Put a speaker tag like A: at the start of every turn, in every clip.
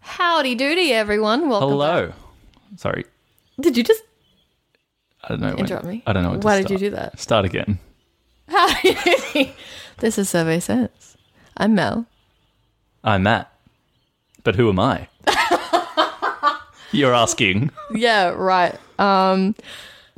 A: Howdy doody, everyone. Welcome.
B: Hello.
A: back.
B: Sorry,
A: Did you just
B: I don't know. when-
A: interrupt me?
B: I don't know. when to
A: Why did you
B: start.
A: do that?
B: Start again.
A: Howdy doody. this is Survey Sense. I'm Mel.
B: I'm Matt, but who am I? You're asking.
A: Yeah, right. Um,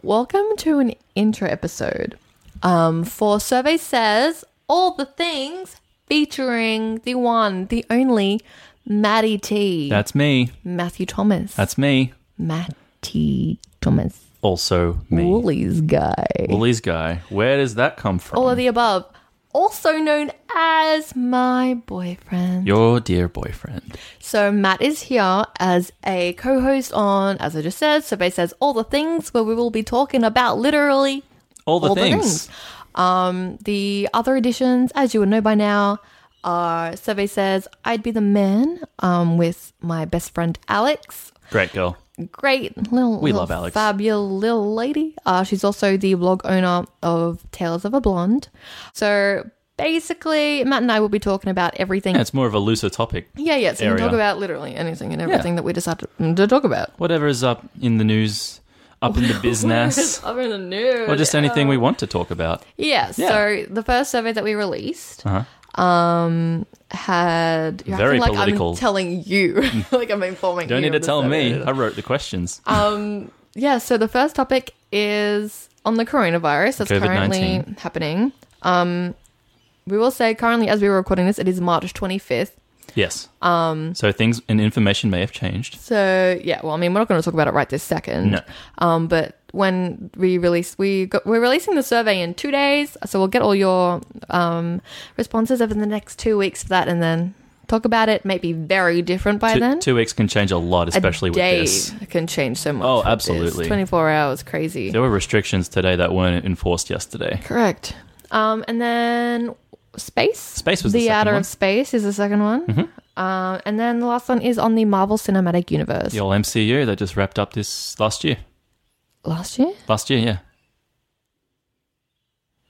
A: welcome to an intro episode. Um, for Survey Says All the Things featuring the one, the only Maddie T.
B: That's me.
A: Matthew Thomas.
B: That's me.
A: Matty Thomas.
B: Also me.
A: Woolies guy.
B: Woolies guy. Where does that come from?
A: All of the above. Also known as my boyfriend.
B: Your dear boyfriend.
A: So Matt is here as a co-host on, as I just said, Survey Says All the Things, where we will be talking about literally
B: All the
A: All the
B: things.
A: Um, the other editions, as you would know by now, are Survey Says I'd Be the Man um, with my best friend Alex.
B: Great girl.
A: Great little, we
B: love Alex.
A: fabulous little lady. Uh, she's also the blog owner of Tales of a Blonde. So basically, Matt and I will be talking about everything.
B: Yeah, it's more of a looser topic.
A: yeah, yeah. So we can
B: area.
A: talk about literally anything and everything that we decide to, to talk about.
B: Whatever is up in the news, up in the business,
A: I'm in the news.
B: or just anything we want to talk about.
A: Um, yeah,
B: Yeah.
A: So the first survey that we released
B: Uh-huh.
A: um had you're
B: Very
A: acting like
B: political.
A: I'm telling you, like I'm informing.
B: Don't
A: you
B: need to
A: of the
B: tell me.
A: survey.
B: I wrote the questions.
A: Um, yeah. So the first topic is on the coronavirus that's
B: COVID-19.
A: currently happening. Um, we will say currently, as we were recording this, it is March 25th.
B: yes. Um. So things and information may have changed.
A: So yeah, well, I mean, we're not going to talk about it right this second.
B: No.
A: Um, but when we release, we got, we're releasing the survey in two days, so we'll get all your um responses over the next two weeks for that, and then talk about it. May be very different by
B: two,
A: then.
B: two weeks can change a lot, especially
A: a
B: with
A: day
B: this.
A: can change so much.
B: Oh,
A: with this.
B: absolutely.
A: 24 hours, crazy.
B: There were restrictions today that weren't enforced yesterday.
A: Correct. Um, and then space.
B: Space was the second
A: outer
B: one. Mm-hmm.
A: of space is the second one. Um, and then the last one is on the Marvel Cinematic Universe.
B: The old MCU that just wrapped up this last year.
A: Last year.
B: Last year, yeah.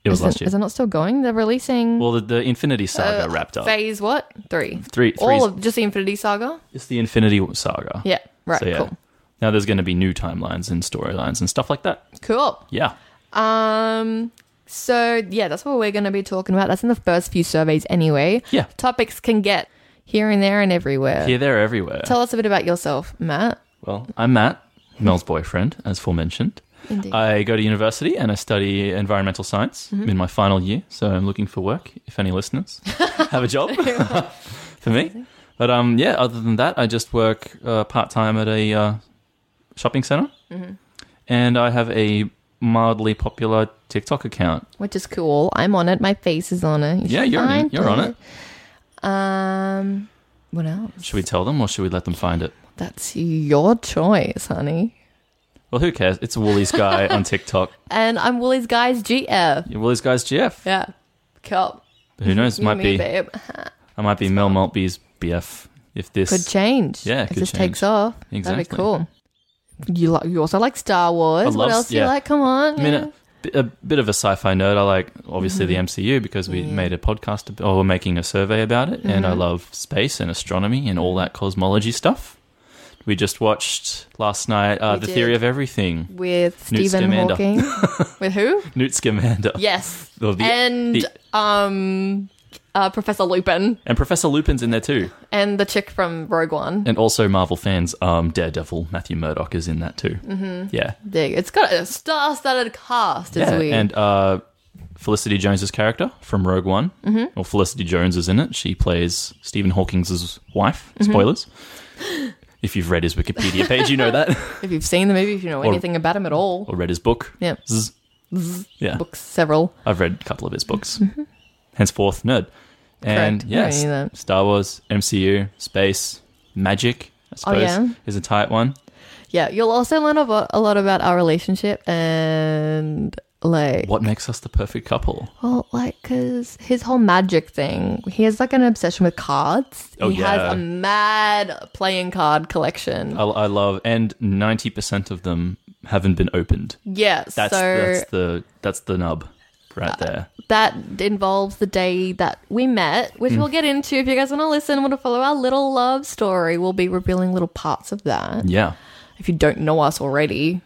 B: It was
A: is
B: last
A: it,
B: year.
A: Is it not still going? They're releasing
B: well, the, the Infinity Saga
A: uh,
B: wrapped up.
A: phase what? Three.
B: Three, three.
A: All of just the Infinity Saga.
B: it's the Infinity Saga.
A: Yeah. Right.
B: So, yeah.
A: Cool.
B: Now there's going to be new timelines and storylines and stuff like that.
A: Cool.
B: Yeah.
A: Um. So yeah, that's what we're going to be talking about. That's in the first few surveys anyway.
B: Yeah.
A: Topics can get here and there and everywhere.
B: Here, there, everywhere.
A: Tell us a bit about yourself, Matt.
B: well, I'm Matt, Mel's boyfriend, as forementioned.
A: Indeed.
B: I go to university and I study environmental science
A: Mm-hmm.
B: in my final year, so I'm looking for work. If any listeners have a job for me, but um, yeah. Other than that, I just work uh, part time at a uh, shopping center,
A: Mm-hmm.
B: and I have a mildly popular TikTok account.
A: Which is cool. I'm on it. My face is on it. You
B: Yeah,
A: should
B: you're on it.
A: find
B: You're on it.
A: Um. What else?
B: Should we tell them or should we let them find it?
A: That's your choice, honey.
B: Well, who cares? It's Woolies guy on TikTok.
A: And I'm Woolies Guys GF.
B: Woolies guy's GF.
A: Yeah. Cool.
B: Who knows?
A: You
B: might
A: and
B: be
A: me, babe.
B: I might be Mel Maltby's BF. If this
A: Could change.
B: Yeah,
A: If
B: could
A: this
B: change.
A: takes off, that'd be
B: Exactly.
A: cool. You like? You also like Star Wars.
B: I
A: what
B: love-
A: else do
B: yeah.
A: you like? Come on.
B: I mean,
A: yeah.
B: a, bi- a bit of a sci-fi nerd. I like obviously
A: Mm-hmm.
B: the MCU because we made a podcast ab- or we're making a survey about it, and I
A: Mm-hmm.
B: love space and astronomy and all that cosmology stuff. We just watched last night uh,
A: We
B: the
A: did.
B: Theory of Everything.
A: with
B: Newt
A: Stephen
B: Scamander.
A: Hawking. with who?
B: Newt Scamander.
A: Yes.
B: Well, the-
A: and
B: the-
A: um, uh, Professor Lupin
B: And Professor Lupin's in there too,
A: and the chick from Rogue One.
B: and also Marvel fans. Um, Daredevil, Matthew Murdock is in that too. Mm-hmm. Yeah,
A: Dig. It's got a star-studded cast. It's
B: yeah.
A: weird.
B: And uh, Felicity Jones's character from Rogue One, mm-hmm. well, Felicity Jones is in it. She plays Stephen Hawking's wife.
A: Mm-hmm.
B: Spoilers. if you've read his Wikipedia page, you know that,
A: if you've seen the movie, if you know
B: Or-
A: anything about him at all,
B: or read his book.
A: yeah,
B: Zzz. Yeah,
A: books several.
B: I've read a couple of his books. Henceforth, nerd. And
A: Correct.
B: yes,
A: Mm-hmm. I knew that.
B: Star Wars, MCU, space, magic. I suppose
A: Oh, yeah?
B: is a tight one.
A: Yeah, you'll also learn about, a lot about our relationship and like
B: What makes us the perfect couple?
A: Well, like, because his whole magic thing, he has like an obsession with cards.
B: Oh,
A: he
B: yeah. Oh,
A: has a mad playing card collection.
B: I, I love, and ninety percent of them haven't been opened.
A: yeah,
B: That's
A: so
B: that's the that's the nub. right there.
A: that involves the day that we met,
B: Mm.
A: which we'll get into. If you guys want to listen, want to follow our little love story, we'll be revealing little parts of that.
B: Yeah.
A: If you don't know us already,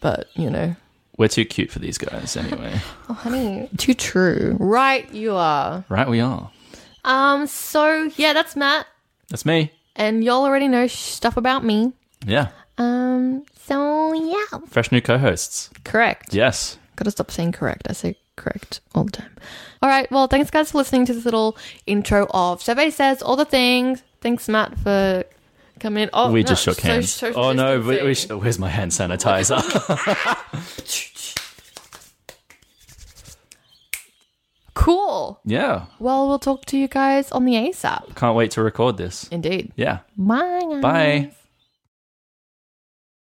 A: but you know,
B: We're too cute for these guys anyway.
A: oh honey, too true, right? You are.
B: right, we are.
A: Um. So yeah, that's Matt,
B: That's me.
A: and y'all already know sh- stuff about me.
B: Yeah.
A: Um. So yeah,
B: Fresh new co hosts.
A: correct.
B: Yes.
A: Gotta stop saying correct. I say correct all the time. All right. Well, thanks, guys, for listening to this little intro of Survey Says All the Things. Thanks, Matt, for coming in. Oh,
B: We
A: no,
B: just shook
A: so-
B: hands.
A: social
B: oh no! We, we sh-
A: distancing.
B: where's my hand sanitizer?
A: Cool.
B: yeah,
A: Well, we'll talk to you guys on the ASAP.
B: can't wait to record this.
A: Indeed.
B: Yeah,
A: Bye. guys.
B: bye.